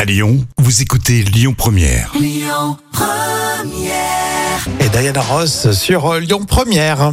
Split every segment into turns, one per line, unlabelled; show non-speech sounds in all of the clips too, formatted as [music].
À Lyon, vous écoutez Lyon Première.
et Diana Ross sur euh, Lyon Première.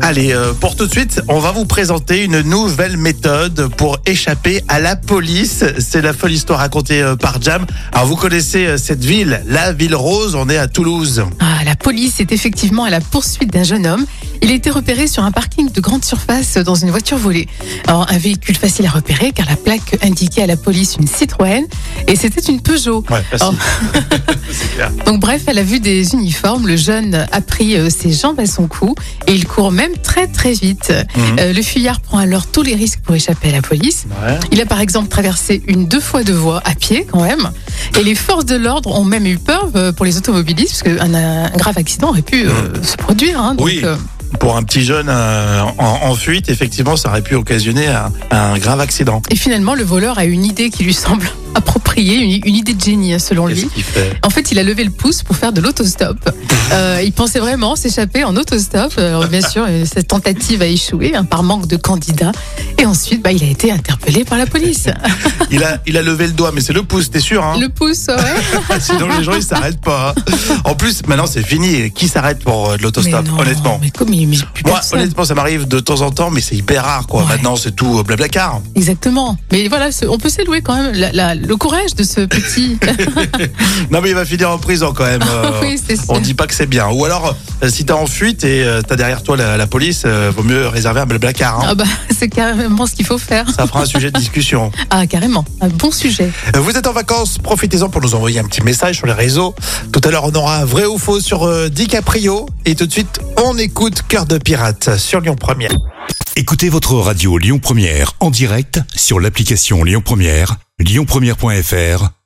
Allez, euh, pour tout de suite, on va vous présenter une nouvelle méthode pour échapper à la police. C'est la folle histoire racontée euh, par Jam. Alors vous connaissez euh, cette ville, la ville rose, on est à Toulouse.
Ah, la police est effectivement à la poursuite d'un jeune homme. Il a été repéré sur un parking de grande surface dans une voiture volée. Alors, un véhicule facile à repérer car la plaque indiquait à la police une Citroën et c'était une Peugeot.
Ouais, facile.
Oh.
C'est clair.
Donc bref, à la vue des uniformes, le jeune a pris euh, ses jambes à son cou et il court même très très vite.
Mhm.
Euh, le fuyard prend alors tous les risques pour échapper à la police.
Ouais.
Il a par exemple traversé une deux fois deux voies à pied quand même. Et les forces de l'ordre ont même eu peur euh, pour les automobilistes parce qu'un un grave accident aurait pu euh, se produire. hein. Donc,
Mmh. Oui.
euh,
Pour un petit jeune euh, en, en fuite, effectivement, ça aurait pu occasionner un, un grave accident.
et finalement, le voleur a une idée qui lui semble [laughs] appropriée, une, une idée de génie hein, selon
Qu'est-ce
lui.
qu'il fait
En fait, il a levé le pouce pour faire de
[laughs]
l'autostop. Euh, il pensait vraiment s'échapper en autostop. Alors, bien sûr, euh, cette tentative a échoué hein, par manque de candidats. Et ensuite, bah, il a été interpellé par la police.
il a, il a levé le doigt, mais c'est le pouce, t'es sûr hein
Le pouce, ouais.
Sinon, les gens, ils s'arrêtent pas. hein. En plus, maintenant, c'est fini. Qui s'arrête pour euh, de
Mais
l'autostop,
non,
honnêtement
Mais comme il mais plus
Moi,
personne.
honnêtement, ça m'arrive de temps en temps, mais c'est hyper rare, quoi.
Ouais.
Maintenant, c'est tout euh, blablacar.
Exactement. Mais voilà, ce- on peut s'élouer quand même la- la- le courage de ce petit.
Non, mais il va finir en prison quand même. euh,
[laughs] oui, c'est sûr.
On dit pas que c'est bien. Ou alors, euh, si t'es en fuite et euh, t'as derrière toi la, la police, euh, vaut mieux réserver un blablacar. hein.
Ah bah, c'est carrément ce qu'il faut faire.
Ça fera un sujet de discussion.
Ah, carrément. Un bon sujet.
Euh, Vous êtes en vacances, profitez-en pour nous envoyer un petit message sur les réseaux. Tout à l'heure, on aura un vrai ou faux sur euh, DiCaprio. Et tout de suite, on écoute Cœur de Pirate sur Lyon Première.
Écoutez votre radio Lyon Première en direct sur l'application Lyon Première, lyonpremière.fr